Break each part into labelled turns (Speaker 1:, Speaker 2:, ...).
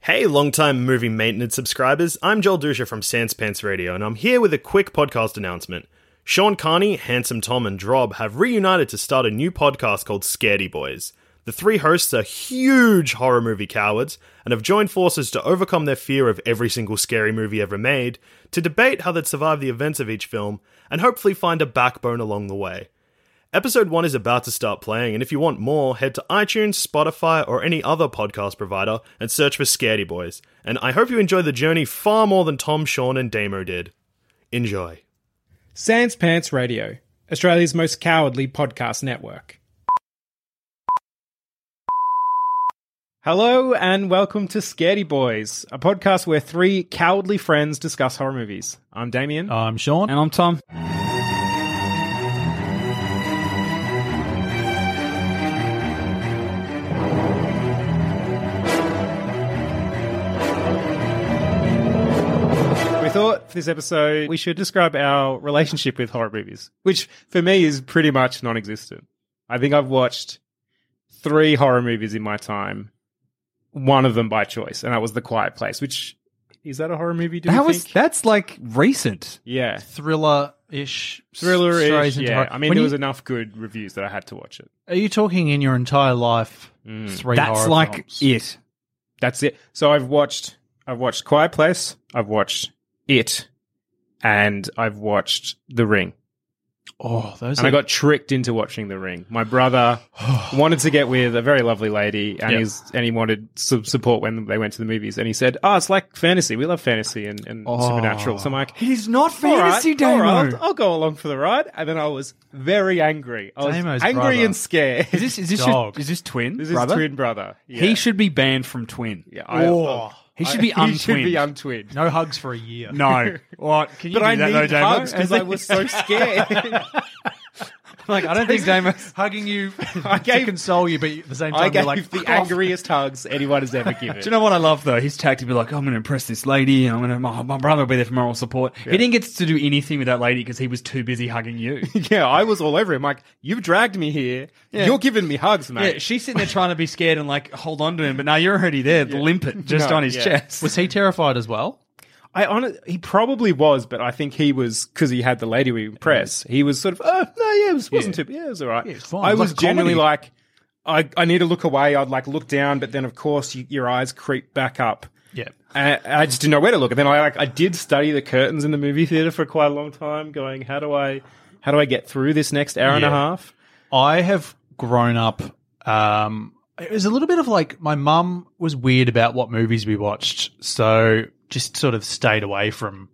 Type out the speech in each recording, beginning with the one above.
Speaker 1: Hey, longtime movie maintenance subscribers. I'm Joel Dusha from Sans Pants Radio, and I'm here with a quick podcast announcement. Sean Carney, Handsome Tom, and Drob have reunited to start a new podcast called Scaredy Boys. The three hosts are huge horror movie cowards and have joined forces to overcome their fear of every single scary movie ever made, to debate how they'd survive the events of each film, and hopefully find a backbone along the way. Episode 1 is about to start playing, and if you want more, head to iTunes, Spotify, or any other podcast provider and search for Scaredy Boys. And I hope you enjoy the journey far more than Tom, Sean, and Damo did. Enjoy.
Speaker 2: Sans Pants Radio, Australia's most cowardly podcast network. Hello and welcome to Scaredy Boys, a podcast where three cowardly friends discuss horror movies. I'm Damien.
Speaker 3: I'm Um, Sean.
Speaker 4: And I'm Tom.
Speaker 3: Oh.
Speaker 2: We thought for this episode we should describe our relationship with horror movies, which for me is pretty much non existent. I think I've watched three horror movies in my time, one of them by choice, and that was The Quiet Place, which is that a horror movie? Do
Speaker 3: that
Speaker 2: you
Speaker 3: was
Speaker 2: think?
Speaker 3: that's like recent
Speaker 2: Yeah.
Speaker 4: Thriller ish.
Speaker 2: Thriller
Speaker 3: strays
Speaker 2: is.
Speaker 3: into
Speaker 2: Yeah.
Speaker 3: horror.
Speaker 2: I mean,
Speaker 3: When
Speaker 2: there
Speaker 3: you-
Speaker 2: was enough good reviews that I had to watch it.
Speaker 4: Are you talking in your entire life?
Speaker 2: Mm.
Speaker 4: Three
Speaker 3: that's
Speaker 4: horror
Speaker 3: like
Speaker 4: films?
Speaker 3: it
Speaker 2: That's it. So I've watched I've watched Quiet Place, I've watched It, and I've watched The Ring.
Speaker 4: Oh, those
Speaker 2: And
Speaker 4: are
Speaker 2: I got tricked into watching The Ring. My brother wanted to get with a very lovely lady, and
Speaker 3: Yeah.
Speaker 2: he's and he wanted some support when they went to the movies. And he said, "Oh, it's like fantasy. We love fantasy and, and
Speaker 4: Oh.
Speaker 2: supernatural." So I'm like,
Speaker 3: it is not
Speaker 2: "All right,
Speaker 3: fantasy
Speaker 2: all
Speaker 3: Damo.
Speaker 2: right, I'll, I'll go along for the ride." And then I was very angry. I was
Speaker 4: Damo's
Speaker 2: angry
Speaker 4: brother.
Speaker 2: and scared.
Speaker 3: is this is this your,
Speaker 4: Dog.
Speaker 3: is this twin
Speaker 2: this is
Speaker 3: brother?
Speaker 2: twin brother. Yeah.
Speaker 3: he should be banned from twin
Speaker 2: Yeah, I-
Speaker 3: Oh. he should be
Speaker 2: He should be
Speaker 3: untwin
Speaker 2: untwinned.
Speaker 4: no hugs for a year.
Speaker 3: no what can you
Speaker 2: But
Speaker 3: do
Speaker 2: I
Speaker 3: that
Speaker 2: need
Speaker 3: though Damo?
Speaker 2: hugs because I was so scared.
Speaker 3: like I don't think Damo
Speaker 4: hugging you
Speaker 2: I
Speaker 4: to
Speaker 2: gave-
Speaker 4: console you, but at the same time
Speaker 2: I
Speaker 4: you're
Speaker 2: gave
Speaker 4: like
Speaker 2: the
Speaker 4: "Fuck off."
Speaker 2: angriest hugs anyone has ever given.
Speaker 3: Do you know what I love though? His tactic be like, "Oh, I'm going to impress this lady. I'm going to my, my brother will be there for moral support. He didn't get to do anything with that lady because he was too busy hugging you.
Speaker 2: yeah, I was all over him. Like, you've dragged me here. You're giving me hugs, mate.
Speaker 3: yeah, she's sitting there trying to be scared and like hold on to him, but now you're already there, the limpet just
Speaker 2: No,
Speaker 3: on his
Speaker 2: yeah.
Speaker 3: chest.
Speaker 4: Was he terrified as well?
Speaker 2: I honest, he probably was, but I think he was because he had the lady we impress. He was sort of, oh no, yeah, it was, wasn't too, yeah, it was all right.
Speaker 4: it's fine.
Speaker 2: I
Speaker 4: It's
Speaker 2: was
Speaker 4: like a
Speaker 2: genuinely
Speaker 4: comedy.
Speaker 2: like, I, I need to look away. I'd like look down, but then of course you, your eyes creep back up.
Speaker 4: Yeah.
Speaker 2: And I just didn't know where to look. And then I like I did study the curtains in the movie theater for quite a long time, going how do I how do I get through this next hour and a
Speaker 4: Yeah.
Speaker 2: half?
Speaker 4: I have grown up. Um, it was a little bit of like my mum was weird about what movies we watched, so just sort of stayed away from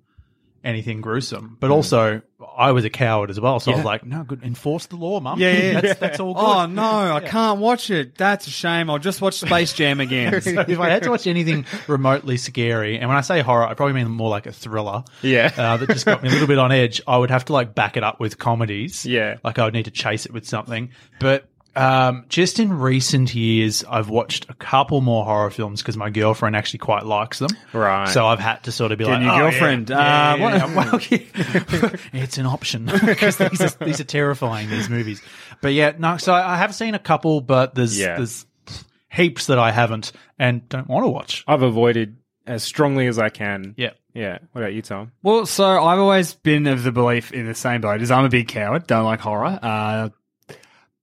Speaker 4: anything gruesome. But also, I was a coward as well, so I was like, Hmm. "No, good, enforce the law, mum.
Speaker 3: Yeah, yeah.
Speaker 4: that's, that's all good."
Speaker 3: Oh no, I can't watch it. That's a shame. I'll just watch Space Jam again.
Speaker 4: So if I had to watch anything remotely scary, and when I say horror, I probably mean more like a thriller.
Speaker 2: Yeah.
Speaker 4: uh, that just got me a little bit on edge. I would have to like back it up with comedies.
Speaker 2: Yeah.
Speaker 4: like I would need to chase it with something. But um, just in recent years, I've watched a couple more horror films because my girlfriend actually quite likes them.
Speaker 2: Right.
Speaker 4: So I've had to sort of be
Speaker 3: Your
Speaker 4: like,
Speaker 3: new
Speaker 4: "Oh, yeah."
Speaker 3: girlfriend.
Speaker 4: Yeah, yeah, yeah.
Speaker 3: uh, what-
Speaker 4: it's an option because these are, these are terrifying these movies. But yeah, no. So I have seen a couple, but there's
Speaker 2: Yeah.
Speaker 4: there's heaps that I haven't and don't want to watch.
Speaker 2: I've avoided as strongly as I can.
Speaker 4: Yeah.
Speaker 2: Yeah. What about you, Tom?
Speaker 3: Well, so I've always been of the belief in the same boat as I'm a big coward, don't like horror. Uh,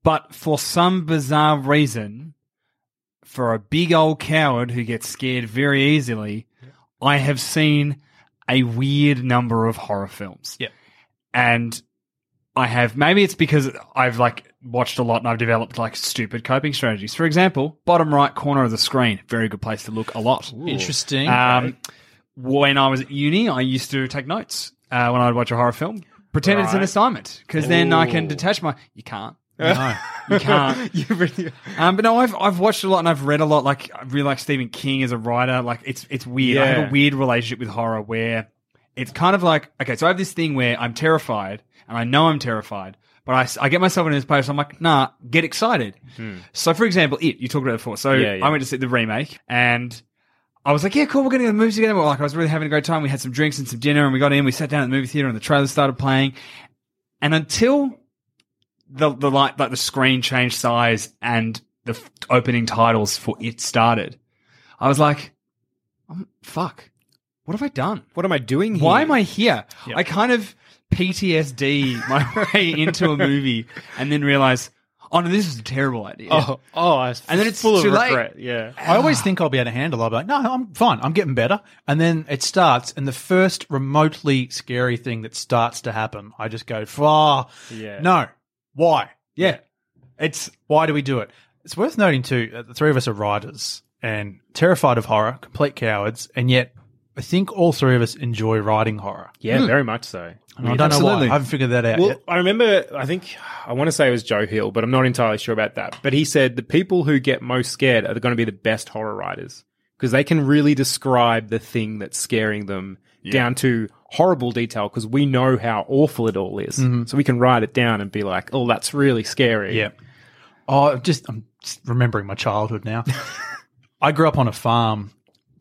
Speaker 3: but for some bizarre reason, for a big old coward who gets scared very easily, I have seen a weird number of horror films.
Speaker 4: Yep.
Speaker 3: And I have maybe it's because I've like watched a lot and I've developed like stupid coping strategies. For example, bottom right corner of the screen, very good place to look a lot.
Speaker 4: Interesting.
Speaker 3: Um, When I was at uni, I used to take notes uh, when I'd watch a horror film. Pretend it's an assignment because then I can detach my. You can't. you can't.
Speaker 2: You really-
Speaker 3: Um, but no, I've I've watched a lot and I've read a lot. Like I really like Stephen King as a writer. Like it's it's weird. I have
Speaker 2: Yeah.
Speaker 3: a weird relationship with horror where it's kind of like okay, so I have this thing where I'm terrified and I know I'm terrified, but I, s- I get myself in this place. I'm like, nah, get excited. So for example, it you talked about it before. So
Speaker 2: Hmm. Yeah, yeah.
Speaker 3: I went to see the remake and. I was like, yeah, cool. We're going to the movies together. Well, like, I was really having a great time. We had some drinks and some dinner, and we got in. We sat down at the movie theater, and the trailer started playing. And until the the light like the screen changed size and the f- opening titles for it started. I was like, um, "Fuck, what have I done?
Speaker 2: What am I doing here?
Speaker 3: Why am I here?" I kind of PTSD my way into a movie and then realize, "Oh no, this is a terrible idea."
Speaker 2: Oh, oh I was
Speaker 3: And then it's
Speaker 2: full
Speaker 3: too
Speaker 2: of
Speaker 3: late.
Speaker 2: regret. Yeah.
Speaker 4: I always think I'll be able to handle. it. I'll be like, no, I'm fine. I'm getting better. And then it starts, and the first remotely scary thing that starts to happen, I just go, "Far,
Speaker 2: Yeah.
Speaker 4: no, why?
Speaker 3: Yeah, it's
Speaker 4: Why do we do it?" It's worth noting too that the three of us are writers and terrified of horror, complete cowards, and yet I think all three of us enjoy writing horror.
Speaker 2: Yeah,
Speaker 3: Hmm.
Speaker 2: very much so.
Speaker 4: And I don't know
Speaker 3: Absolutely.
Speaker 4: why. I haven't figured that out
Speaker 2: Well,
Speaker 4: yet.
Speaker 2: I remember, I think, I want to say it was Joe Hill, but I'm not entirely sure about that. But he said the people who get most scared are going to be the best horror writers because they can really describe the thing that's scaring them down to horrible detail because we know how awful it all is. So we can write it down and be like, oh, that's really scary.
Speaker 4: Yeah. Oh, I'm just I'm just remembering my childhood now. I grew up on a farm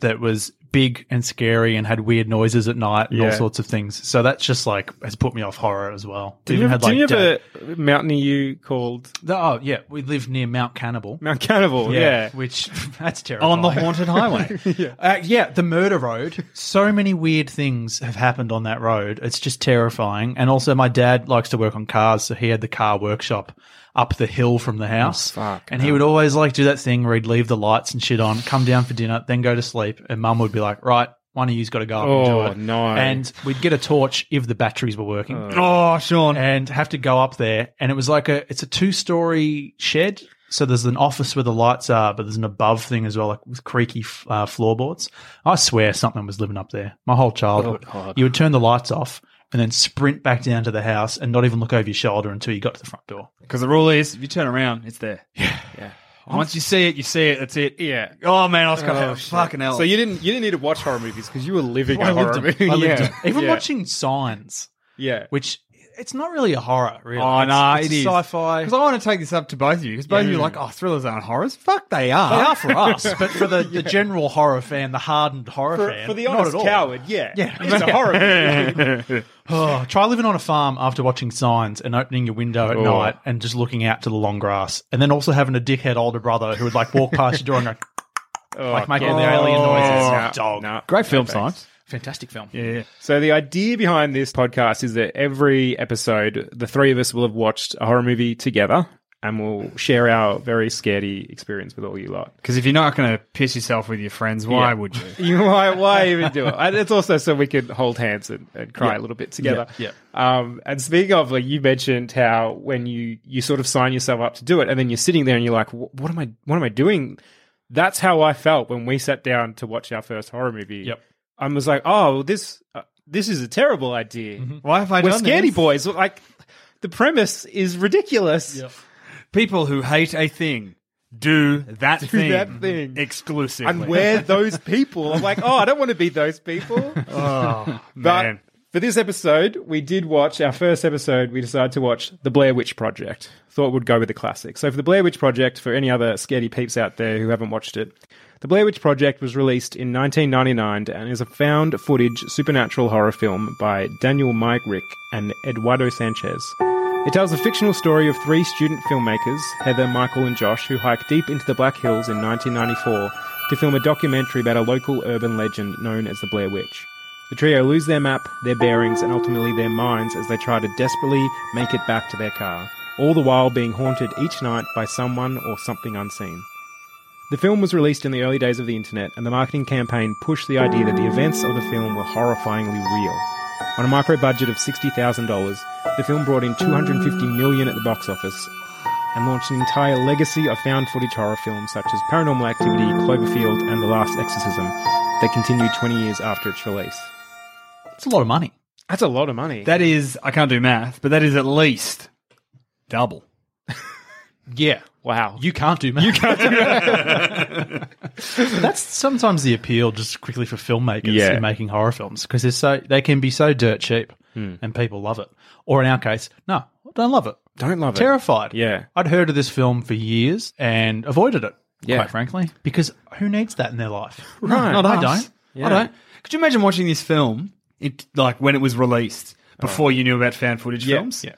Speaker 4: that was big and scary and had weird noises at night and all
Speaker 2: Yeah.
Speaker 4: sorts of things. So that's just like has put me off horror as well.
Speaker 2: Did you,
Speaker 4: had,
Speaker 2: have, did you have
Speaker 4: da-
Speaker 2: a mountaineer you called
Speaker 4: the- oh yeah, we lived near Mount Cannibal.
Speaker 2: Mount Cannibal? Yeah.
Speaker 4: which that's terrifying.
Speaker 3: on the haunted highway.
Speaker 4: uh, yeah, the murder road. So many weird things have happened on that road. It's just terrifying. And also, my dad likes to work on cars, so he had the car workshop up the hill from the house.
Speaker 2: fuck,
Speaker 4: and he would always like do that thing where he'd leave the lights and shit on, come down for dinner, then go to sleep. And mum would be like, "Right, one of you's got to go up and
Speaker 2: Oh,
Speaker 4: do it."
Speaker 2: no.
Speaker 4: And we'd get a torch if the batteries were working
Speaker 3: oh, Sean,
Speaker 4: and have to go up there. And it was like a it's a two story shed. So there's an office where the lights are, but there's an above thing as well, like with creaky f- uh, floorboards. I swear something was living up there. My whole childhood,
Speaker 2: Oh,
Speaker 4: you would turn the lights off and then sprint back down to the house and not even look over your shoulder until you got to the front door.
Speaker 3: because the rule is if you turn around, it's there. Yeah. Once you see it, you see it. That's it. Yeah. Oh man, I was kind of fucking hell.
Speaker 2: So you didn't you didn't need to watch horror movies because you were living a
Speaker 4: I
Speaker 2: horror
Speaker 4: lived it.
Speaker 2: movie.
Speaker 4: I lived
Speaker 2: yeah.
Speaker 4: it. Even
Speaker 2: yeah.
Speaker 4: watching Signs,
Speaker 2: Yeah.
Speaker 4: which it's not really a horror, really.
Speaker 3: Oh
Speaker 4: it's,
Speaker 3: no,
Speaker 4: it's
Speaker 3: it is
Speaker 4: sci-fi.
Speaker 3: Because I want to take this up to both of you because both of you are like, oh, thrillers aren't horrors. Fuck, they are.
Speaker 4: They are for us, but for the, the general horror fan, the hardened horror
Speaker 2: For,
Speaker 4: fan,
Speaker 2: for the
Speaker 4: not
Speaker 2: honest
Speaker 4: at all.
Speaker 2: coward, yeah.
Speaker 4: Yeah.
Speaker 2: It's a horror movie.
Speaker 4: Oh, try living on a farm after watching signs and opening your window
Speaker 2: Oh.
Speaker 4: at night and just looking out to the long grass, and then also having a dickhead older brother who would like walk past your door and go, like make all the alien noises.
Speaker 2: Oh, Nah,
Speaker 4: Dog,
Speaker 2: nah.
Speaker 3: Great film science.
Speaker 4: fantastic film.
Speaker 3: Yeah.
Speaker 2: Oh, So the idea behind this podcast is that every episode, the three of us will have watched a horror movie together, and we'll share our very scaredy experience with all you lot.
Speaker 3: Because if you're not going to piss yourself with your friends, why would you?
Speaker 2: You why why even do it? And it's also so we can hold hands and, and cry a little bit together.
Speaker 4: Yeah,
Speaker 2: Um, and speaking of, like you mentioned how when you you sort of sign yourself up to do it, and then you're sitting there and you're like, "Wh- what am I? What am I doing? That's how I felt when we sat down to watch our first horror movie.
Speaker 4: Yep.
Speaker 2: I was like, oh, this uh, this is a terrible idea.
Speaker 3: Why have I
Speaker 2: We're
Speaker 3: done
Speaker 2: scaredy
Speaker 3: this?
Speaker 2: boys. Like the premise is ridiculous.
Speaker 3: People who hate a thing do that thing.
Speaker 2: that thing.
Speaker 3: Exclusively.
Speaker 2: and we're those people. I'm like, oh, I don't want to be those people. but
Speaker 3: Oh, man.
Speaker 2: for this episode, we did watch our first episode. We decided to watch The Blair Witch Project. Thought we'd go with the classic. So for The Blair Witch Project, for any other scaredy peeps out there who haven't watched it, The Blair Witch Project was released in 1999 and is a found footage supernatural horror film by Daniel Mike Rick and Eduardo Sanchez. It tells the fictional story of three student filmmakers, Heather, Michael, and Josh, who hike deep into the Black Hills in 1994 to film a documentary about a local urban legend known as the Blair Witch. The trio lose their map, their bearings, and ultimately their minds as they try to desperately make it back to their car, all the while being haunted each night by someone or something unseen. The film was released in the early days of the internet, and the marketing campaign pushed the idea that the events of the film were horrifyingly real. On a micro budget of $60,000, the film brought in 250 million at the box office and launched an entire legacy of found footage horror films such as Paranormal Activity, Cloverfield, and The Last Exorcism that continued 20 years after its release.
Speaker 4: It's a lot of money.
Speaker 2: That's a lot of money.
Speaker 3: That is, I can't do math, but that is at least double.
Speaker 2: yeah. Wow.
Speaker 4: You can't do math. You can't do math. That's sometimes the appeal, just quickly for filmmakers
Speaker 2: Yeah.
Speaker 4: in making horror films, because they're so they can be so dirt cheap, and people love it. Or in our case, no, I don't love it.
Speaker 2: Don't love it.
Speaker 4: Terrified.
Speaker 2: Yeah.
Speaker 4: I'd heard of this film for years and avoided it.
Speaker 2: Yeah.
Speaker 4: quite frankly, because who needs that in their life?
Speaker 2: Right.
Speaker 4: Not I
Speaker 2: Us.
Speaker 4: don't.
Speaker 2: Yeah.
Speaker 3: I don't. Could you imagine watching this film, it, like when it was released, before you knew about fan footage films?
Speaker 4: Yeah.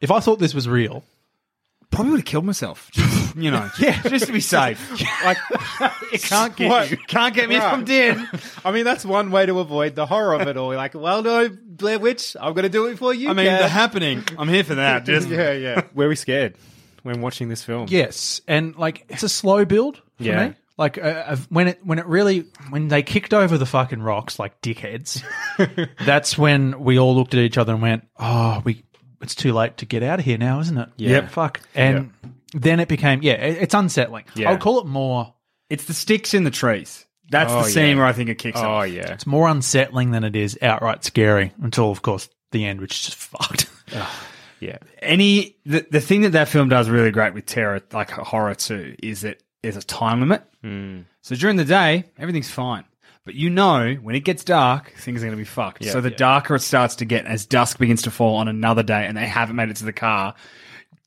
Speaker 4: If I thought this was real,
Speaker 3: Probably would have killed myself. Just, you know, yeah, just to be safe.
Speaker 2: Like,
Speaker 3: It can't get
Speaker 2: What?
Speaker 3: you. Can't get me if I'm
Speaker 2: Right.
Speaker 3: dead.
Speaker 2: I mean, that's one way to avoid the horror of it all. Like, well, no, Blair Witch, I'm going to do it before you
Speaker 3: I mean,
Speaker 2: can.
Speaker 3: the happening. I'm here for that. Just
Speaker 2: yeah, yeah. Were we scared when watching this film?
Speaker 4: Yes, and like it's a slow build for
Speaker 2: Yeah.
Speaker 4: me. Like uh, I've- when it when it really when they kicked over the fucking rocks like dickheads, that's when we all looked at each other and went, "Oh, we it's too late to get out of here now, isn't it?" Yeah,
Speaker 2: Yep.
Speaker 4: fuck. And then it became yeah, it, it's unsettling.
Speaker 2: Yeah.
Speaker 4: I would call it more.
Speaker 3: It's the sticks in the trees. That's
Speaker 2: Oh,
Speaker 3: the scene
Speaker 2: yeah.
Speaker 3: where I think it kicks
Speaker 2: Oh,
Speaker 3: off.
Speaker 2: yeah.
Speaker 4: It's more unsettling than it is outright scary until, of course, the end, which is just fucked.
Speaker 2: Yeah.
Speaker 3: Any the, the thing that that film does really great with terror, like horror too, is that there's a time limit. So during the day, everything's fine. But you know, when it gets dark, things are going to be fucked. so the darker it starts to get as dusk begins to fall on another day and they haven't made it to the car,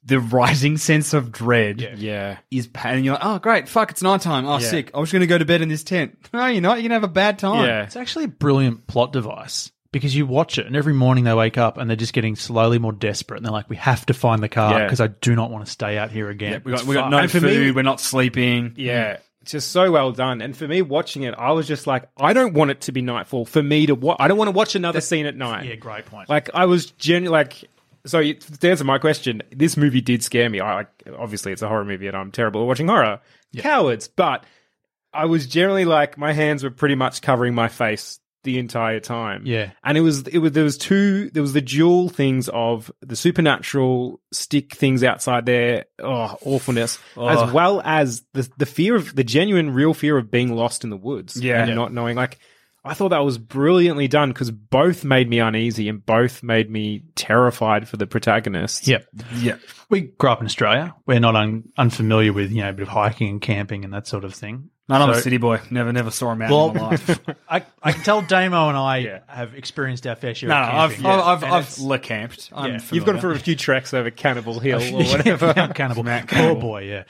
Speaker 3: the rising sense of dread
Speaker 2: Yeah.
Speaker 3: is pain. And you're like, oh, great, fuck, it's nighttime. Oh,
Speaker 2: Yeah.
Speaker 3: sick. I'm just going to go to bed in this tent. No, you're not. You're going to have a bad time.
Speaker 2: Yeah.
Speaker 4: It's actually a brilliant plot device because you watch it, and every morning they wake up and they're just getting slowly more desperate, and they're like, "We have to find the car
Speaker 2: Yeah.
Speaker 4: because I do not want to stay out here again."
Speaker 3: We got,
Speaker 4: It's
Speaker 3: we got
Speaker 4: fucked.
Speaker 3: no
Speaker 2: And for
Speaker 3: food.
Speaker 2: me-
Speaker 3: we're not sleeping.
Speaker 2: Yeah. It's just so well done. And for me, watching it, I was just like, I don't want it to be nightfall for me to watch. I don't want to watch another scene at night.
Speaker 4: yeah, great point.
Speaker 2: Like, I was genuinely like, so you- to answer my question, this movie did scare me. I like, obviously, it's a horror movie and I'm terrible at watching horror. Cowards. But I was generally like, my hands were pretty much covering my face the entire time.
Speaker 4: Yeah.
Speaker 2: And it was, it was, there was two, there was the dual things of the supernatural stick things outside there. Oh, awfulness. As
Speaker 3: Oh.
Speaker 2: well as the, the fear of, the genuine real fear of being lost in the woods.
Speaker 3: Yeah.
Speaker 2: And
Speaker 3: Yeah.
Speaker 2: not knowing. Like, I thought that was brilliantly done because both made me uneasy and both made me terrified for the protagonist.
Speaker 4: Yep.
Speaker 3: Yeah.
Speaker 4: We grew up in Australia. We're not un- unfamiliar with you know a bit of hiking and camping and that sort of thing.
Speaker 3: Not I'm a
Speaker 4: So-
Speaker 3: city boy. Never, never saw a mountain in my
Speaker 4: Well,
Speaker 3: life.
Speaker 4: I, I can tell Damo and I have experienced our fair share.
Speaker 3: No, no,
Speaker 4: of
Speaker 3: I've,
Speaker 4: camping.
Speaker 3: I've, I've,
Speaker 4: And
Speaker 3: I've
Speaker 4: it's-
Speaker 3: le camped. I'm
Speaker 4: Yeah.
Speaker 2: You've gone for a few treks over Cannibal Hill or whatever.
Speaker 4: Yeah, Mount Cannibal.
Speaker 3: Mount
Speaker 4: Oh
Speaker 3: Cannibal.
Speaker 4: boy, yeah.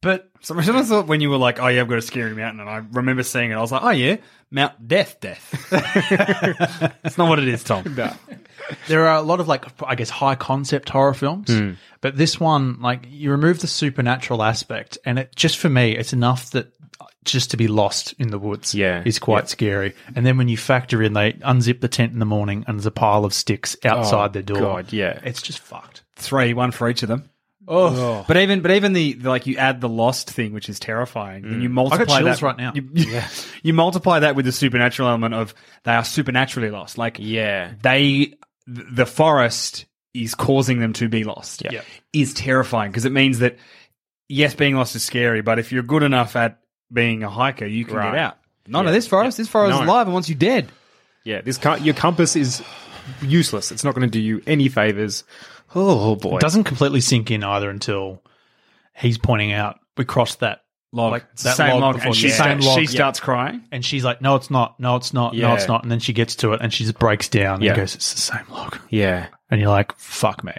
Speaker 4: But
Speaker 3: So I thought when you were like, "Oh yeah, I've got a scary mountain," and I remember seeing it, I was like, "Oh yeah, Mount Death, Death." That's not what it is, Tom.
Speaker 4: there are a lot of like I guess high concept horror films,
Speaker 3: Hmm.
Speaker 4: but this one like you remove the supernatural aspect, and it just for me it's enough that just to be lost in the woods
Speaker 2: Yeah.
Speaker 4: is quite scary. And then when you factor in they unzip the tent in the morning and there's a pile of sticks
Speaker 3: Oh,
Speaker 4: outside their door,
Speaker 2: God, yeah.
Speaker 4: it's just fucked.
Speaker 3: Three, one for each of them. Oh, but even but even the, the, like you add the lost thing, which is terrifying.
Speaker 2: Mm.
Speaker 3: And you multiply
Speaker 4: chills
Speaker 3: that
Speaker 4: right now.
Speaker 3: You, you- you multiply that with the supernatural element of they are supernaturally lost. Like
Speaker 2: Yeah.
Speaker 3: they th- the forest is causing them to be lost
Speaker 4: Yep.
Speaker 3: is terrifying because it means that yes being lost is scary but if you're good enough at being a hiker you can
Speaker 2: Right.
Speaker 3: get out none of this forest this forest
Speaker 2: No.
Speaker 3: is alive and wants you dead
Speaker 2: Yeah, this com- your compass is useless. It's not going to do you any favors. Oh boy,
Speaker 4: It doesn't completely sink in either until he's pointing out we crossed that
Speaker 3: log
Speaker 4: Like
Speaker 3: It's
Speaker 4: that
Speaker 3: the same
Speaker 4: log
Speaker 3: log,
Speaker 4: before
Speaker 3: and she,
Speaker 4: you-
Speaker 3: sta-
Speaker 4: Same log,
Speaker 3: she
Speaker 4: yeah.
Speaker 3: starts crying
Speaker 4: and she's like, "No, it's not. No, it's not. No,
Speaker 2: Yeah.
Speaker 4: it's not." And then she gets to it and she just breaks down and
Speaker 2: Yeah.
Speaker 4: goes, "It's the same log."
Speaker 2: yeah,
Speaker 4: And you're like, "Fuck me,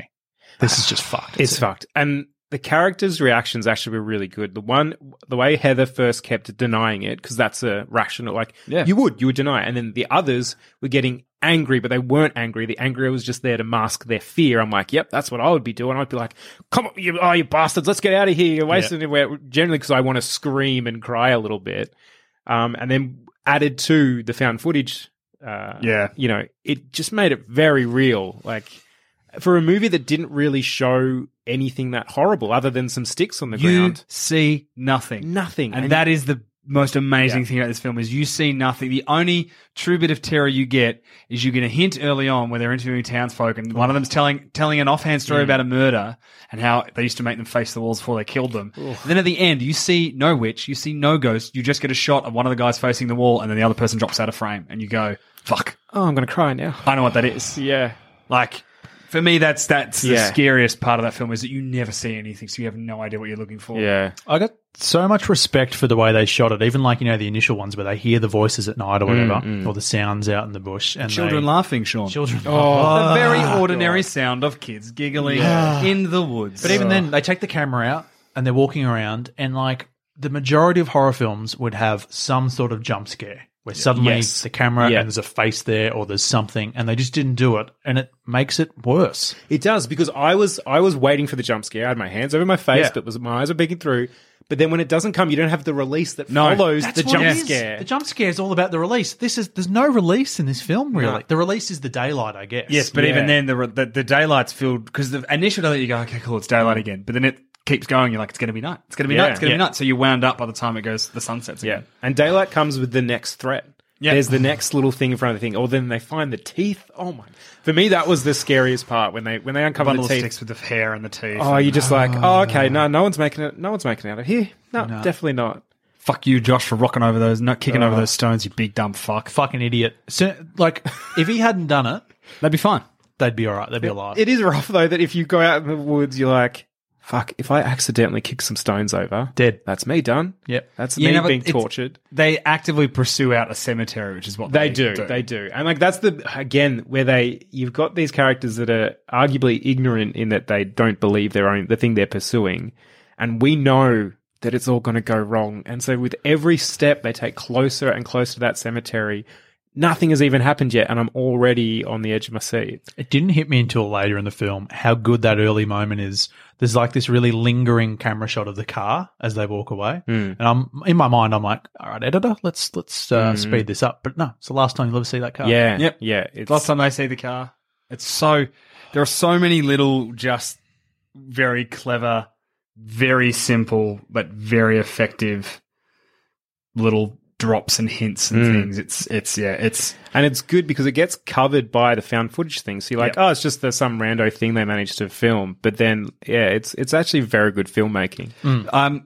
Speaker 4: this is just fucked."
Speaker 2: it's fucked. And the characters' reactions actually were really good. The one, the way Heather first kept denying it because that's a rational. Like
Speaker 3: Yeah.
Speaker 2: you would, you would deny, it. and then the others were getting angry, but they weren't angry. The anger was just there to mask their fear. I'm like, yep, that's what I would be doing. I'd be like, come on, you, oh, you bastards, let's get out of here. You're wasting it. Generally, because I want to scream and cry a little bit. Um, and then added to the found footage uh,
Speaker 3: Yeah.
Speaker 2: you know, it just made it very real. Like for a movie that didn't really show anything that horrible other than some sticks on the
Speaker 3: you
Speaker 2: ground.
Speaker 3: see nothing.
Speaker 2: Nothing.
Speaker 3: And, that is the most amazing thing about this film is you see nothing. The only true bit of terror you get is you get a hint early on where they're interviewing townsfolk and one of them's telling telling an offhand story about a murder and how they used to make them face the walls before they killed them. Then at the end you see no witch, you see no ghost, you just get a shot of one of the guys facing the wall and then the other person drops out of frame and you go, Fuck.
Speaker 2: oh, I'm going to cry now.
Speaker 3: I know what that is.
Speaker 2: Yeah.
Speaker 3: Like for me that's that's the
Speaker 2: Yeah.
Speaker 3: scariest part of that film is that you never see anything, so you have no idea what you're looking for.
Speaker 2: Yeah.
Speaker 4: I got so much respect for the way they shot it, even like, you know, the initial ones where they hear the voices at night or whatever, or the sounds out in the bush. And
Speaker 3: Children
Speaker 4: they, Oh,
Speaker 3: laughing, Sean.
Speaker 4: Children
Speaker 3: the very ordinary sound of kids giggling in the woods.
Speaker 4: But even then, they take the camera out and they're walking around, and like the majority of horror films would have some sort of jump scare where suddenly
Speaker 2: Yes.
Speaker 4: the camera
Speaker 2: Yeah.
Speaker 4: and there's a face there or there's something, and they just didn't do it, and it makes it worse.
Speaker 2: It does because I was I was waiting for the jump scare. I had my hands over my face,
Speaker 4: Yeah.
Speaker 2: but was my eyes were peeking through. But then when it doesn't come, you don't have the release that follows the
Speaker 4: what it
Speaker 2: jump
Speaker 4: is.
Speaker 2: scare.
Speaker 4: The jump scare is all about the release. This is there's no release in this film really. The release is the daylight, I guess.
Speaker 3: yes, but even
Speaker 2: Yeah.
Speaker 3: then, the, re- the the daylight's filled because the initial daylight you go, okay, cool, it's daylight again. But then it keeps going. You're like, it's going to be night. It's going to be
Speaker 2: Yeah.
Speaker 3: night. It's going to
Speaker 2: Yeah.
Speaker 3: be night. So you're wound up by the time it goes the sun sets.
Speaker 2: yeah,
Speaker 3: Again.
Speaker 2: and daylight comes with the next threat.
Speaker 3: Yeah.
Speaker 2: There's the next little thing in front of the thing, or then they find the teeth. Oh my! For me, that was the scariest part when they when they
Speaker 3: A
Speaker 2: uncover the
Speaker 3: bundle of
Speaker 2: teeth.
Speaker 3: sticks with the hair and the teeth.
Speaker 2: Oh, you're just like, oh, okay, no, no one's making it. No one's making it out of here. No, definitely not.
Speaker 3: fuck you, Josh, for rocking over those, not kicking over those stones. You big dumb fuck.
Speaker 4: fucking idiot. So, like if he hadn't done it,
Speaker 3: That'd be fine.
Speaker 4: they'd be all right. They'd be alive.
Speaker 2: It is rough though that if you go out in the woods, you're like, fuck. If I accidentally kick some stones over,
Speaker 4: Dead.
Speaker 2: That's me done.
Speaker 4: Yep.
Speaker 2: That's
Speaker 3: Yeah,
Speaker 2: me
Speaker 3: no, but
Speaker 2: being
Speaker 3: it's-
Speaker 2: tortured.
Speaker 3: They actively pursue out a cemetery, which is what
Speaker 2: They do, They do. And like that's the again where they you've got these characters that are arguably ignorant in that they don't believe their own the thing they're pursuing, and we know that it's all going to go wrong. And so with every step they take closer and closer to that cemetery. Nothing has even happened yet, and I'm already on the edge of my seat.
Speaker 4: It didn't hit me until later in the film how good that early moment is. There's like this really lingering camera shot of the car as they walk away,
Speaker 2: Hmm.
Speaker 4: and I'm in my mind, I'm like, "All right, editor, let's let's uh, speed this up." But no, it's the last time you'll ever see that car.
Speaker 2: Hmm. Yeah,
Speaker 3: Yep.
Speaker 2: yeah. It's
Speaker 3: Last time they see the car, it's so. There are so many little, just very clever, very simple, but very effective little drops and hints and things. It's, it's, yeah, it's.
Speaker 2: And it's good because it gets covered by the found footage thing. So you're like,
Speaker 3: Yeah.
Speaker 2: oh, it's just the, some rando thing they managed to film. But then, yeah, it's it's actually very good filmmaking.
Speaker 3: Um,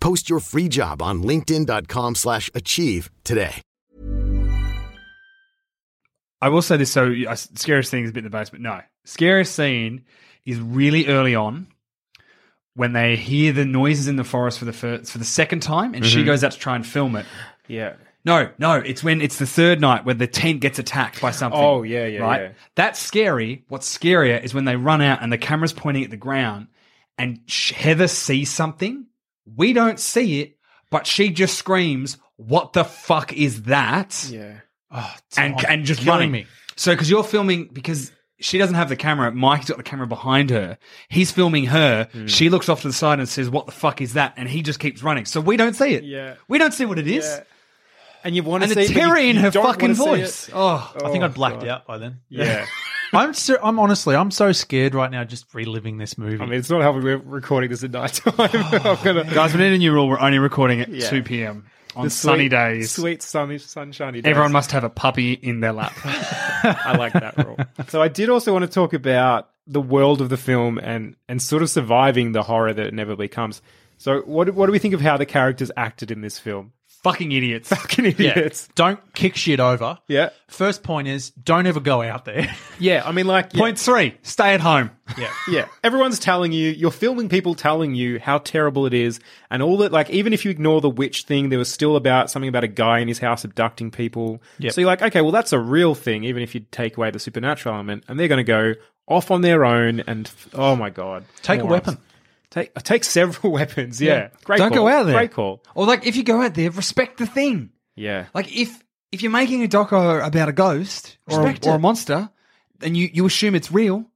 Speaker 5: Post your free job on linkedin.com/achieve slash achieve today.
Speaker 3: I will say this. So, uh, scariest thing is a bit in the basement. No, scariest scene is really early on when they hear the noises in the forest for the first, for the second time, and she goes out to try and film it.
Speaker 2: Yeah.
Speaker 3: No, no, it's when it's the third night where the tent gets attacked by something.
Speaker 2: Oh, yeah, yeah,
Speaker 3: right.
Speaker 2: yeah.
Speaker 3: That's scary. What's scarier is when they run out and the camera's pointing at the ground, and Sh- Heather sees something. We don't see it, but she just screams, "What the fuck is that?"
Speaker 2: Yeah. Oh,
Speaker 3: and
Speaker 4: Tom,
Speaker 3: and just
Speaker 4: Oh, killing
Speaker 3: running.
Speaker 4: me.
Speaker 3: So because you're filming because she doesn't have the camera, Mike's got the camera behind her. He's filming her.
Speaker 2: Hmm.
Speaker 3: She looks off to the side and says, "What the fuck is that?" And he just keeps running. So we don't see it.
Speaker 2: Yeah.
Speaker 3: we don't see what it is.
Speaker 2: Yeah. And you want to
Speaker 3: And
Speaker 2: see
Speaker 3: the
Speaker 2: it, but
Speaker 3: terror
Speaker 2: you-
Speaker 3: in
Speaker 2: you
Speaker 3: her
Speaker 2: don't
Speaker 3: fucking
Speaker 2: wanna see it.
Speaker 3: voice. Oh,
Speaker 4: I think
Speaker 2: Oh,
Speaker 4: I'd blacked
Speaker 2: God.
Speaker 4: out by then.
Speaker 2: Yeah.
Speaker 4: I'm so, I'm honestly I'm so scared right now just reliving this movie.
Speaker 2: I mean, it's not helping we're recording this at night time. I'm gonna,
Speaker 3: guys, we need a new rule. We're only recording at
Speaker 2: Yeah.
Speaker 3: two p.m. on
Speaker 2: the
Speaker 3: sunny
Speaker 2: sweet-
Speaker 3: days.
Speaker 2: Sweet sunny, sunshiny days.
Speaker 3: Everyone must have a puppy in their lap.
Speaker 2: I like that rule. so I did also want to talk about the world of the film and and sort of surviving the horror that inevitably comes. So what what do we think of how the characters acted in this film?
Speaker 3: Fucking idiots.
Speaker 2: Fucking idiots.
Speaker 4: don't kick shit over.
Speaker 2: Yeah.
Speaker 4: First point is don't ever go out there.
Speaker 2: Yeah, I mean like
Speaker 3: Point three: stay at home.
Speaker 4: yeah.
Speaker 2: yeah, everyone's telling you, you're filming people telling you how terrible it is, and all that. Like, even if you ignore the witch thing, there was still about something about a guy in his house abducting people.
Speaker 4: Yep.
Speaker 2: So you're like, okay, well, that's a real thing, even if you take away the supernatural element, and they're going to go off on their own. And oh my god,
Speaker 4: Take a
Speaker 2: Morons.
Speaker 4: weapon.
Speaker 2: Take take several weapons. Yeah, great.
Speaker 3: Don't
Speaker 2: call.
Speaker 3: go out there.
Speaker 2: Great call.
Speaker 3: Or like, if you go out there, respect the thing.
Speaker 2: Yeah,
Speaker 3: Like if if you're making a doco about a ghost or, a,
Speaker 4: Respect
Speaker 3: or a
Speaker 4: it.
Speaker 3: monster, and you you assume it's real,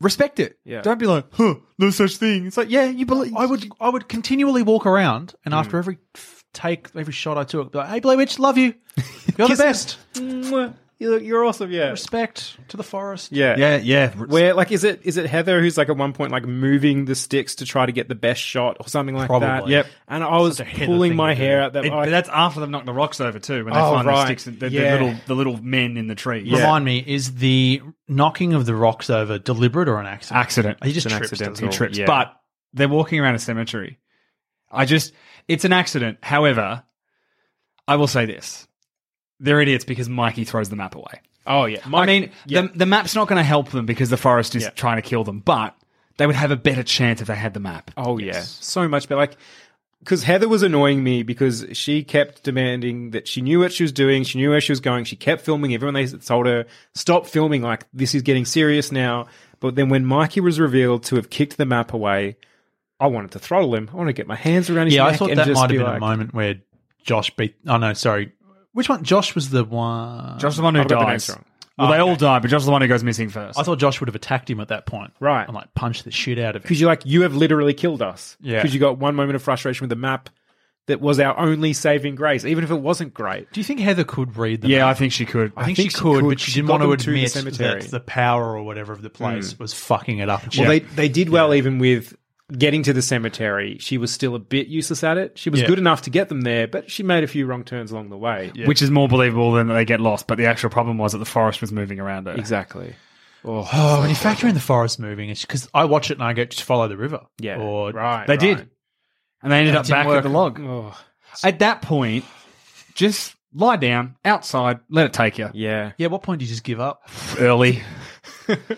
Speaker 3: respect it.
Speaker 2: Yeah.
Speaker 3: Don't be like, huh, no such thing. It's like, yeah, you believe. Mm.
Speaker 4: I would I would continually walk around and after every f- take every shot I took, be like, hey Blair Witch, love you. You're the
Speaker 2: Kisses.
Speaker 4: best.
Speaker 2: Mwah. you're you're awesome. Yeah,
Speaker 4: Respect to the forest.
Speaker 2: yeah,
Speaker 3: Yeah, yeah.
Speaker 2: Where like is it is it Heather who's like at one point like moving the sticks to try to get the best shot or something like that?
Speaker 4: Probably.
Speaker 2: Yep. And I was
Speaker 4: Such a Heather
Speaker 2: pulling
Speaker 4: thing
Speaker 2: my
Speaker 4: to do.
Speaker 2: hair out that.
Speaker 3: It-
Speaker 2: I-
Speaker 3: but that's after they've knocked the rocks over too, when they
Speaker 2: Oh,
Speaker 3: find
Speaker 2: right.
Speaker 3: the sticks, and the,
Speaker 2: Yeah.
Speaker 3: the little the little men in the trees.
Speaker 2: Yeah.
Speaker 4: Remind me, is the knocking of the rocks over deliberate or an accident?
Speaker 3: Accident.
Speaker 4: He just
Speaker 2: It's an
Speaker 4: trips. doesn't
Speaker 2: accidental.
Speaker 4: he?
Speaker 3: He trips,
Speaker 2: Yeah.
Speaker 3: but they're walking around a cemetery. I just, it's an accident. However, I will say this: they're idiots because Mikey throws the map away.
Speaker 2: oh yeah.
Speaker 3: I
Speaker 2: Mike-
Speaker 3: mean,
Speaker 2: yeah.
Speaker 3: the, the map's not going to help them because the forest is
Speaker 2: Yeah.
Speaker 3: trying to kill them, but they would have a better chance if they had the map.
Speaker 2: Oh yeah, so much better. Like, because Heather was annoying me because she kept demanding that she knew what she was doing, she knew where she was going, she kept filming. Everyone they told her stop filming. Like this is getting serious now. But then when Mikey was revealed to have kicked the map away, I wanted to throttle him. I want to get my hands around his
Speaker 4: Yeah,
Speaker 2: neck
Speaker 4: I thought
Speaker 2: and
Speaker 4: that
Speaker 2: just
Speaker 4: might have
Speaker 2: be
Speaker 4: been
Speaker 2: like-
Speaker 4: a moment where Josh beat. Oh no, sorry. Which one? Josh was the one.
Speaker 3: Josh's the one who
Speaker 2: I've got the
Speaker 3: dies.
Speaker 2: names wrong.
Speaker 3: Well, they all die, but Josh's the one who goes missing first.
Speaker 4: I thought Josh would have attacked him at that point.
Speaker 2: Right.
Speaker 4: And like punch the shit out of him.
Speaker 2: because you're like you have literally killed us
Speaker 4: Yeah.
Speaker 2: because you got one moment of frustration with the map that was our only saving grace even if it wasn't great
Speaker 4: Do you think Heather could read the
Speaker 3: yeah, I
Speaker 4: map?
Speaker 3: think she could.
Speaker 4: I think, she, could, but she didn't
Speaker 2: got
Speaker 4: want
Speaker 2: them
Speaker 4: to
Speaker 2: to the
Speaker 4: admit
Speaker 2: cemetery. Hmm.
Speaker 4: that the power or whatever of the place was fucking it up.
Speaker 2: well they they did well even with getting to the cemetery she was still a bit useless at it she was
Speaker 4: Yeah.
Speaker 2: good enough to get them there but she made a few wrong turns along the way
Speaker 3: Which is more believable than that they get lost, but the actual problem was that the forest was moving around her.
Speaker 2: exactly
Speaker 4: oh, when you factor in the forest moving, it's because I watch it and I go just follow the river.
Speaker 2: yeah
Speaker 4: Or
Speaker 2: right
Speaker 3: They
Speaker 2: right.
Speaker 3: did. And they ended
Speaker 4: That
Speaker 3: up
Speaker 4: didn't
Speaker 3: back
Speaker 4: work.
Speaker 3: at the log.
Speaker 2: oh
Speaker 3: At that point, just lie down outside, let it take you.
Speaker 2: yeah
Speaker 4: Yeah, what point do you just give up?
Speaker 3: Early.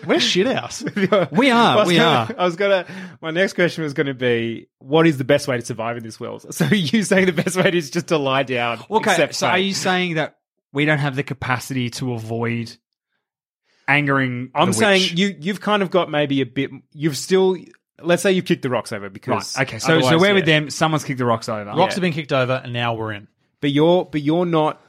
Speaker 4: We're shit house.
Speaker 3: We
Speaker 2: I
Speaker 3: are,
Speaker 2: was
Speaker 3: we
Speaker 2: gonna-
Speaker 3: are.
Speaker 2: I was gonna. My next question was going to be, what is the best way to survive in this world? So you saying the best way is just to lie down?
Speaker 3: Okay,
Speaker 2: accept
Speaker 3: so
Speaker 2: fate.
Speaker 3: are you saying that we don't have the capacity to avoid angering?
Speaker 2: I'm
Speaker 3: the
Speaker 2: saying
Speaker 3: witch?
Speaker 2: you you've kind of got maybe a bit. You've still let's say you kicked the rocks over
Speaker 3: Right.
Speaker 2: because
Speaker 3: Okay. So so
Speaker 2: otherwise,
Speaker 3: we're with
Speaker 2: yeah.
Speaker 3: them. Someone's kicked the rocks over.
Speaker 4: Rocks have been kicked over and now we're in.
Speaker 2: But you're but you're not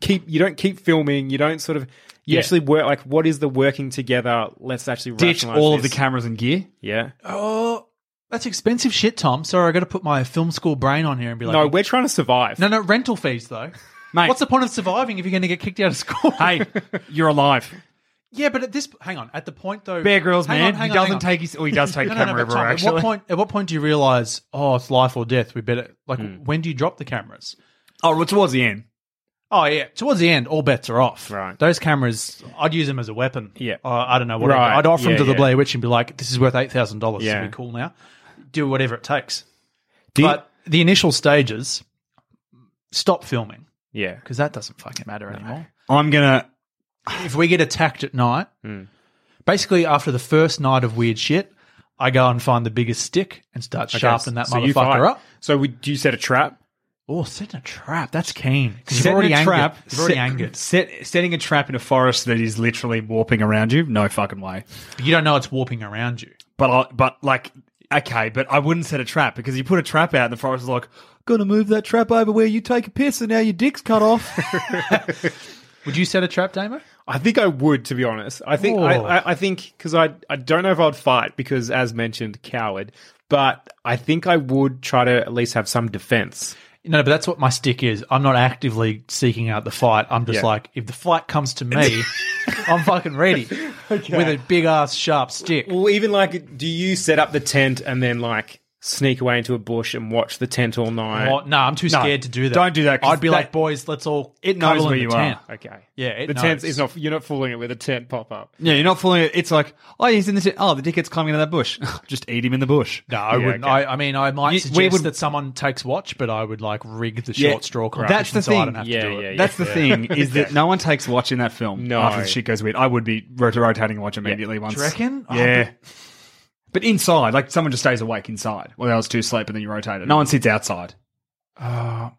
Speaker 2: keep you don't keep filming. You don't sort of you
Speaker 3: Yeah.
Speaker 2: actually work like what is the working together? Let's actually
Speaker 3: Ditch
Speaker 2: rationalize
Speaker 3: all of the
Speaker 2: this.
Speaker 3: cameras and gear.
Speaker 2: Yeah.
Speaker 4: Oh, that's expensive shit, Tom. Sorry, I got to put my film school brain on here and be like,
Speaker 2: No, we're trying to survive.
Speaker 4: no, no, rental fees though.
Speaker 3: Mate.
Speaker 4: What's the point of surviving if you're going to get kicked out of school?
Speaker 3: Hey, you're alive.
Speaker 4: yeah, but at this, hang on, at the point though,
Speaker 3: Bear Grylls,
Speaker 4: hang
Speaker 3: man.
Speaker 4: on, hang on,
Speaker 3: he
Speaker 4: hang
Speaker 3: doesn't
Speaker 4: on.
Speaker 3: take his. Oh, he does take
Speaker 4: No, no, no,
Speaker 3: camera
Speaker 4: but
Speaker 3: everywhere.
Speaker 4: Tom,
Speaker 3: Actually,
Speaker 4: At what point? At what point do you realize? Oh, it's life or death. We better like.
Speaker 3: Hmm.
Speaker 4: When do you drop the cameras?
Speaker 3: oh, well, towards the end.
Speaker 4: Oh yeah, towards the end, all bets are off.
Speaker 2: Right.
Speaker 4: Those cameras, I'd use them as a weapon.
Speaker 2: Yeah.
Speaker 4: Uh, I don't know what.
Speaker 2: Right.
Speaker 4: I'd, I'd offer
Speaker 2: Yeah,
Speaker 4: them to the
Speaker 2: yeah.
Speaker 4: Blair Witch and be like, "This is worth eight thousand dollars.
Speaker 2: Yeah.
Speaker 4: Yeah. Be cool now. Do whatever it takes."
Speaker 2: Do you-
Speaker 4: but the initial stages, stop filming
Speaker 2: yeah.
Speaker 4: because that doesn't fucking matter anymore.
Speaker 3: I'm gonna.
Speaker 4: If we get attacked at night, basically after the first night of weird shit, I go and find the biggest stick and start sharpening that
Speaker 2: so you fight.
Speaker 4: motherfucker up.
Speaker 2: So we, do you set a trap?
Speaker 4: Oh, setting a trap. That's keen. 'Cause You've
Speaker 3: Setting
Speaker 4: already
Speaker 3: a
Speaker 4: angered.
Speaker 3: trap.
Speaker 4: You've already
Speaker 3: set-
Speaker 4: angered.
Speaker 3: set- setting a trap in a forest that is literally warping around you. No fucking way.
Speaker 4: But you don't know it's warping around you.
Speaker 3: But I, but like okay, but I wouldn't set a trap because you put a trap out and the forest is like, gonna move that trap over where you take a piss and now your dick's cut off.
Speaker 4: Would you set a trap, Damo?
Speaker 2: I think I would, to be honest. I think I,
Speaker 4: Oh.
Speaker 2: I, I think because I I don't know if I'd fight because, as mentioned, coward. But I think I would try to at least have some defense.
Speaker 4: No, but that's what my stick is. I'm not actively seeking out the fight. I'm just
Speaker 2: Yeah.
Speaker 4: like, if the fight comes to me, I'm fucking ready with a big ass sharp stick.
Speaker 2: Well, even like, do you set up the tent and then like sneak away into a bush and watch the tent all night?
Speaker 4: Well, no, I'm too
Speaker 2: No,
Speaker 4: scared to do that.
Speaker 3: don't do that, 'cause
Speaker 4: I'd be
Speaker 3: that-
Speaker 4: like, boys, let's all.
Speaker 3: It knows
Speaker 4: cuddle in
Speaker 3: where
Speaker 4: the
Speaker 3: you
Speaker 4: tent.
Speaker 3: are.
Speaker 2: Okay.
Speaker 4: Yeah, it
Speaker 2: the tent
Speaker 4: knows.
Speaker 2: is not. You're not fooling it with a tent pop up.
Speaker 3: yeah, you're not fooling it. It's like, oh, he's in the. Oh, the dickhead's climbing into that bush. Just eat him in the bush.
Speaker 4: No, I
Speaker 2: Yeah,
Speaker 4: wouldn't.
Speaker 2: okay.
Speaker 4: I, I mean, I might
Speaker 3: You- we
Speaker 4: suggest
Speaker 3: would-
Speaker 4: that someone takes watch, but I would like rig the
Speaker 3: Yeah,
Speaker 4: short straw competition
Speaker 3: that's the
Speaker 4: so I
Speaker 3: thing.
Speaker 4: don't have
Speaker 2: Yeah,
Speaker 4: to do
Speaker 2: yeah,
Speaker 4: it.
Speaker 2: yeah.
Speaker 3: That's the thing is that no one takes watch in that film.
Speaker 2: No.
Speaker 3: after the shit goes weird, I would be rot- rotating watch immediately. Once,
Speaker 4: Do you reckon? Oh,
Speaker 3: Yeah. But inside, like someone just stays awake inside. Well, I was too asleep, and then you rotate it. No one sits outside. Uh,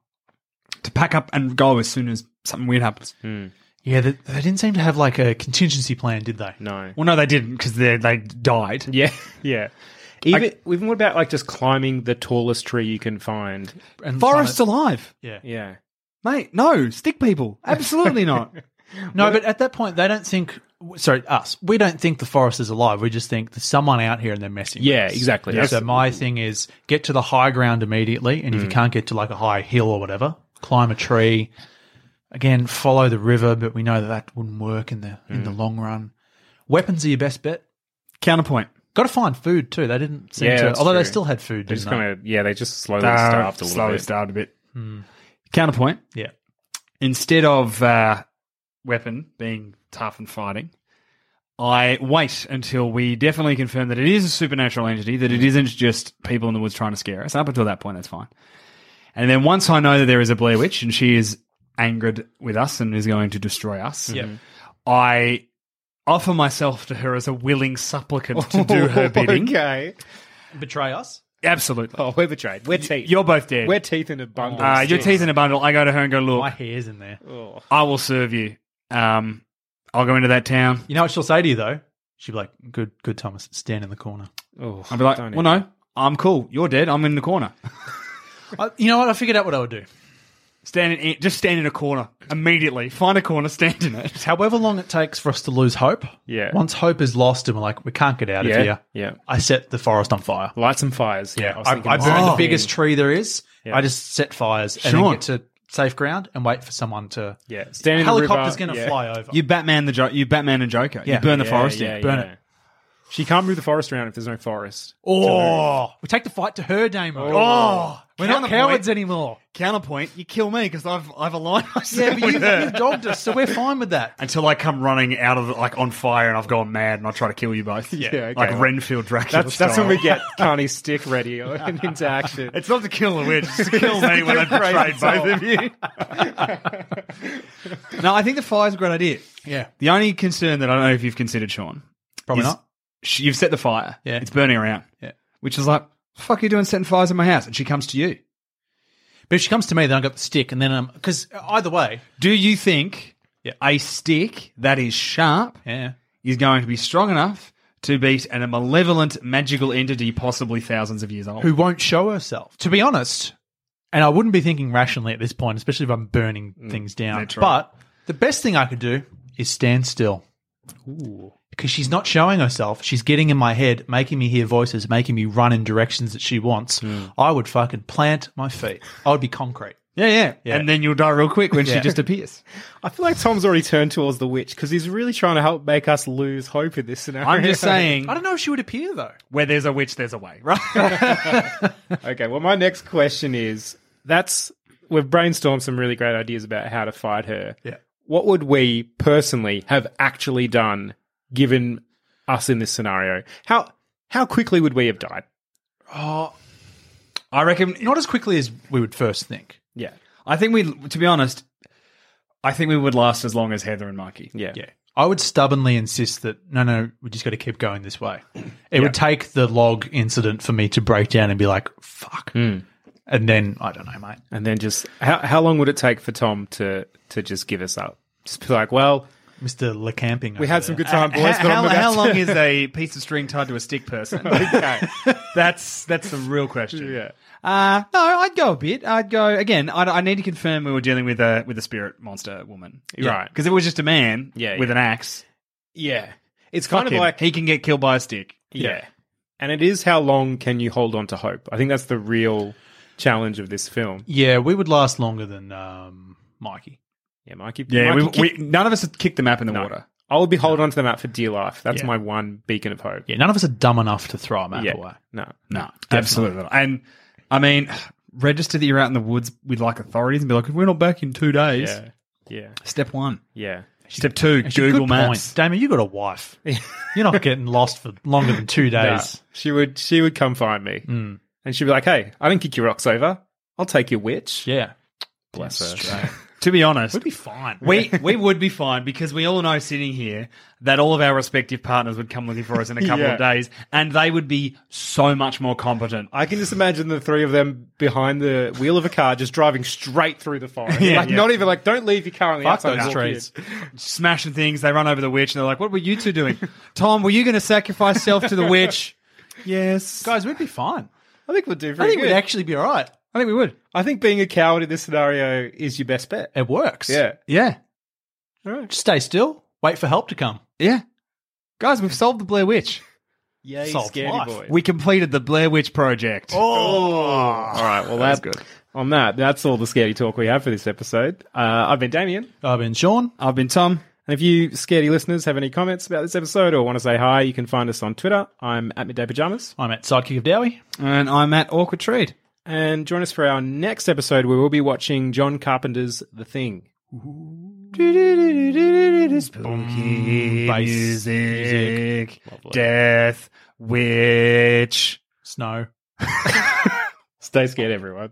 Speaker 3: to pack up and go as soon as something weird happens.
Speaker 2: Hmm.
Speaker 4: Yeah, they, they didn't seem to have like a contingency plan, did they?
Speaker 2: No.
Speaker 3: Well, no, they didn't because they they died.
Speaker 2: Yeah. Yeah. Even even what about like just climbing the tallest tree you can find?
Speaker 4: And
Speaker 3: Forest
Speaker 4: summit-
Speaker 3: alive,
Speaker 4: Yeah.
Speaker 2: Yeah.
Speaker 3: mate. No, stick people. Absolutely not.
Speaker 4: No, but at that point, they don't think. Sorry, us. We don't think the forest is alive. We just think there's someone out here and they're messing.
Speaker 2: Yeah,
Speaker 4: with us.
Speaker 2: exactly.
Speaker 4: Yeah, so
Speaker 2: That's-
Speaker 4: my thing is get to the high ground immediately, and if you
Speaker 2: Mm.
Speaker 4: can't get to like a high hill or whatever, climb a tree. Again, follow the river, but we know that that wouldn't work in the in
Speaker 2: Mm.
Speaker 4: the long run. Weapons are your best bet.
Speaker 3: Counterpoint.
Speaker 4: Got to find food too. They didn't seem
Speaker 2: Yeah,
Speaker 4: to,
Speaker 2: that's
Speaker 4: although they
Speaker 2: true.
Speaker 4: still had food,
Speaker 2: They
Speaker 4: didn't
Speaker 2: just
Speaker 4: they?
Speaker 2: kind of yeah, they just slowly
Speaker 3: Uh,
Speaker 2: starved a little
Speaker 3: slowly
Speaker 2: bit.
Speaker 3: starved a bit.
Speaker 4: Hmm.
Speaker 3: Counterpoint.
Speaker 4: Yeah,
Speaker 3: instead of uh, weapon being tough and fighting, I wait until we definitely confirm that it is a supernatural entity, that it isn't just people in the woods trying to scare us. Up until that point, that's fine. And then once I know that there is a Blair Witch and she is angered with us and is going to destroy us,
Speaker 4: Yep.
Speaker 3: I offer myself to her as a willing supplicant to do her bidding.
Speaker 2: Okay.
Speaker 4: betray us.
Speaker 3: Absolutely.
Speaker 2: Oh, we're betrayed. We're teeth.
Speaker 3: You're both dead.
Speaker 2: we're teeth in a bundle.
Speaker 3: uh, your teeth in a bundle. I go to her and go, look,
Speaker 4: My hair's in there.
Speaker 3: I will serve you. Um, I'll go into that town.
Speaker 4: You know what she'll say to you though? She'll be like, "Good, good, Thomas, stand in the corner."
Speaker 2: Oh,
Speaker 3: I'll be like,
Speaker 2: don't
Speaker 3: well, no, I'm cool. You're dead. I'm in the corner.
Speaker 4: I, you know what? I figured out what I would do.
Speaker 3: Stand in, just stand in a corner immediately. Find a corner, stand in it.
Speaker 4: However long it takes for us to lose hope,
Speaker 2: Yeah.
Speaker 4: Once hope is lost and we're like, we can't get out
Speaker 2: Yeah,
Speaker 4: of here.
Speaker 2: yeah.
Speaker 4: I set the forest on fire.
Speaker 2: Light some fires.
Speaker 4: Yeah,
Speaker 2: was
Speaker 4: I,
Speaker 2: thinking
Speaker 4: I
Speaker 2: the
Speaker 4: burn
Speaker 2: same
Speaker 4: the
Speaker 2: thing.
Speaker 4: biggest tree there is.
Speaker 2: Yeah.
Speaker 4: I just set fires and
Speaker 3: Sure.
Speaker 4: then get to safe ground and wait for someone to.
Speaker 2: Yeah, stand in the
Speaker 4: helicopter's
Speaker 2: river,
Speaker 4: going to
Speaker 2: yeah.
Speaker 4: fly over.
Speaker 3: You Batman the jo- you Batman and Joker.
Speaker 4: Yeah.
Speaker 3: You burn the
Speaker 2: Yeah,
Speaker 3: forest
Speaker 2: yeah,
Speaker 3: down.
Speaker 4: Burn
Speaker 2: yeah.
Speaker 4: it.
Speaker 2: She can't move the forest around if there's no forest.
Speaker 4: oh, we take the fight to her, Damo. Oh, we're
Speaker 3: Cow-
Speaker 4: not cowards
Speaker 3: point.
Speaker 4: anymore.
Speaker 3: Counterpoint, you kill me because I've I've aligned myself
Speaker 4: Yeah, but
Speaker 3: with
Speaker 4: you,
Speaker 3: her.
Speaker 4: you dogged us, so we're fine with that.
Speaker 3: Until I come running out of the, like on fire and I've gone mad and I try to kill you both. Yeah,
Speaker 2: okay.
Speaker 3: like Renfield Dracula.
Speaker 2: That's that's
Speaker 3: style.
Speaker 2: when we get Carney's stick ready and into action.
Speaker 3: It's not to kill the witch, it's to kill me when I betrayed both of you. no, I think the fire's a great idea.
Speaker 4: Yeah,
Speaker 3: The only concern that I don't know if you've considered, Sean,
Speaker 4: probably
Speaker 3: is
Speaker 4: not.
Speaker 3: sh- You've set the fire.
Speaker 4: Yeah.
Speaker 3: It's burning around.
Speaker 4: Yeah.
Speaker 3: Which is like, fuck are you doing setting fires in my house? And she comes to you.
Speaker 4: But if she comes to me, then I've got the stick, and then I'm. Because either way.
Speaker 3: Do you think
Speaker 4: Yeah.
Speaker 3: a stick that is sharp
Speaker 4: Yeah.
Speaker 3: is going to be strong enough to beat an, a malevolent magical entity possibly thousands of years old?
Speaker 4: who won't show herself. To be honest, and I wouldn't be thinking rationally at this point, especially if I'm burning things down.
Speaker 3: Mm, that's right.
Speaker 4: But the best thing I could do is stand still. Because she's not showing herself. She's getting in my head, making me hear voices, making me run in directions that she wants.
Speaker 3: Hmm.
Speaker 4: I would fucking plant my feet. I would be concrete.
Speaker 3: yeah, yeah,
Speaker 4: Yeah.
Speaker 3: And then you'll die real quick when she
Speaker 4: Yeah.
Speaker 3: just appears.
Speaker 2: I feel like Tom's already turned towards the witch because he's really trying to help make us lose hope in this scenario.
Speaker 3: I'm just saying,
Speaker 4: I don't know if she would appear though.
Speaker 3: where there's a witch, there's a way, right?
Speaker 2: okay, well, my next question is: That's we've brainstormed some really great ideas about how to fight her.
Speaker 4: Yeah.
Speaker 2: What would we personally have actually done given us in this scenario? How how quickly would we have died?
Speaker 3: I reckon
Speaker 4: Not as quickly as we would first think.
Speaker 2: Yeah.
Speaker 3: I think we, to be honest, I think we would last as long as Heather and Mikey.
Speaker 2: Yeah.
Speaker 4: Yeah. I would stubbornly insist that no, no, we just got to keep going this way. It would take the log incident for me to break down and be like, fuck. And then I don't know, mate.
Speaker 2: And then just how how long would it take for Tom to to just give us up? Just be like, well, Uh,
Speaker 4: Mr. LeCamping.
Speaker 2: we had some good time, boys.
Speaker 3: how,
Speaker 2: but I'm
Speaker 3: how-
Speaker 2: about
Speaker 3: how
Speaker 2: to-
Speaker 3: long is a piece of string tied to a stick person?
Speaker 2: Okay.
Speaker 3: that's that's the real question.
Speaker 2: Yeah.
Speaker 3: Uh, no, I'd go a bit. I'd go again. I'd, I need to confirm we were dealing with a with a spirit monster woman,
Speaker 2: Right.
Speaker 3: Because if it was just a man,
Speaker 2: Yeah,
Speaker 3: with
Speaker 2: yeah.
Speaker 3: an axe,
Speaker 2: yeah, it's kind
Speaker 3: fuck
Speaker 2: of
Speaker 3: him.
Speaker 2: like
Speaker 3: he can get killed by a stick.
Speaker 2: yeah. and it is how long can you hold on to hope? I think that's the real challenge of this film.
Speaker 4: Yeah, we would last longer than um, Mikey.
Speaker 2: Yeah, Mikey.
Speaker 3: yeah.
Speaker 2: Mikey
Speaker 3: We,
Speaker 2: kicked-
Speaker 3: we, none of us had kicked the map in the
Speaker 2: No.
Speaker 3: water.
Speaker 2: I would be holding on to the map for dear life. That's
Speaker 4: Yeah.
Speaker 2: my one beacon of hope.
Speaker 4: Yeah, none of us are dumb enough to throw a map away.
Speaker 2: No.
Speaker 3: No, absolutely not. And I mean, register that you're out in the woods with like authorities and be like, if we're not back in two days,
Speaker 2: Yeah. Yeah.
Speaker 3: step one.
Speaker 2: Yeah.
Speaker 3: Step two,
Speaker 4: Actually,
Speaker 3: Google
Speaker 4: good
Speaker 3: Maps.
Speaker 4: Point. Damon, you got a wife. You're not getting lost for longer than two days.
Speaker 2: Uh, She would she would come find me.
Speaker 4: Hmm.
Speaker 2: And she'd be like, Hey, I didn't kick your rocks over. I'll take your witch.
Speaker 4: Yeah,
Speaker 2: Bless her.
Speaker 3: To be honest,
Speaker 4: we'd be fine.
Speaker 3: we we would be fine because we all know sitting here that all of our respective partners would come looking for us in a couple
Speaker 2: Yeah.
Speaker 3: of days, and they would be so much more competent.
Speaker 2: I can just imagine the three of them behind the wheel of a car just driving straight through the forest.
Speaker 3: Yeah,
Speaker 2: like
Speaker 3: yeah.
Speaker 2: not even like don't leave your car on the
Speaker 4: Fuck
Speaker 2: outside.
Speaker 4: those
Speaker 2: walk
Speaker 4: trees.
Speaker 2: in.
Speaker 3: Smashing things, they run over the witch, and they're like, "What were you two doing, Tom? Were you going to sacrifice yourself to the witch?" yes,
Speaker 4: guys, we'd be fine.
Speaker 2: I think we'll do
Speaker 4: I
Speaker 2: pretty
Speaker 4: think
Speaker 2: good.
Speaker 4: we'd actually be all right.
Speaker 3: I think we would.
Speaker 2: I think being a coward in this scenario is your best bet.
Speaker 4: It works.
Speaker 2: Yeah.
Speaker 4: yeah.
Speaker 2: All right.
Speaker 4: Just stay still. Wait for help to come.
Speaker 3: Yeah, guys, we've solved the Blair Witch.
Speaker 2: Yay,
Speaker 4: Solved
Speaker 2: scaredy
Speaker 4: life.
Speaker 2: boy.
Speaker 3: We completed the Blair Witch project.
Speaker 4: Oh,
Speaker 2: All right. Well, that's good. On that, that's all the scary talk we have for this episode. Uh, I've been Damien.
Speaker 4: I've been Sean.
Speaker 3: I've been Tom.
Speaker 2: And if you scaredy listeners have any comments about this episode or want to say hi, you can find us on Twitter. I'm at Midday Pajamas.
Speaker 4: I'm at Sidekick of Dowie.
Speaker 3: And I'm at Awkward Treat.
Speaker 2: And join us for our next episode where we'll be watching John Carpenter's The Thing.
Speaker 3: Spooky
Speaker 4: Bass,
Speaker 3: music, death, witch.
Speaker 4: Snow.
Speaker 2: Stay scared, everyone.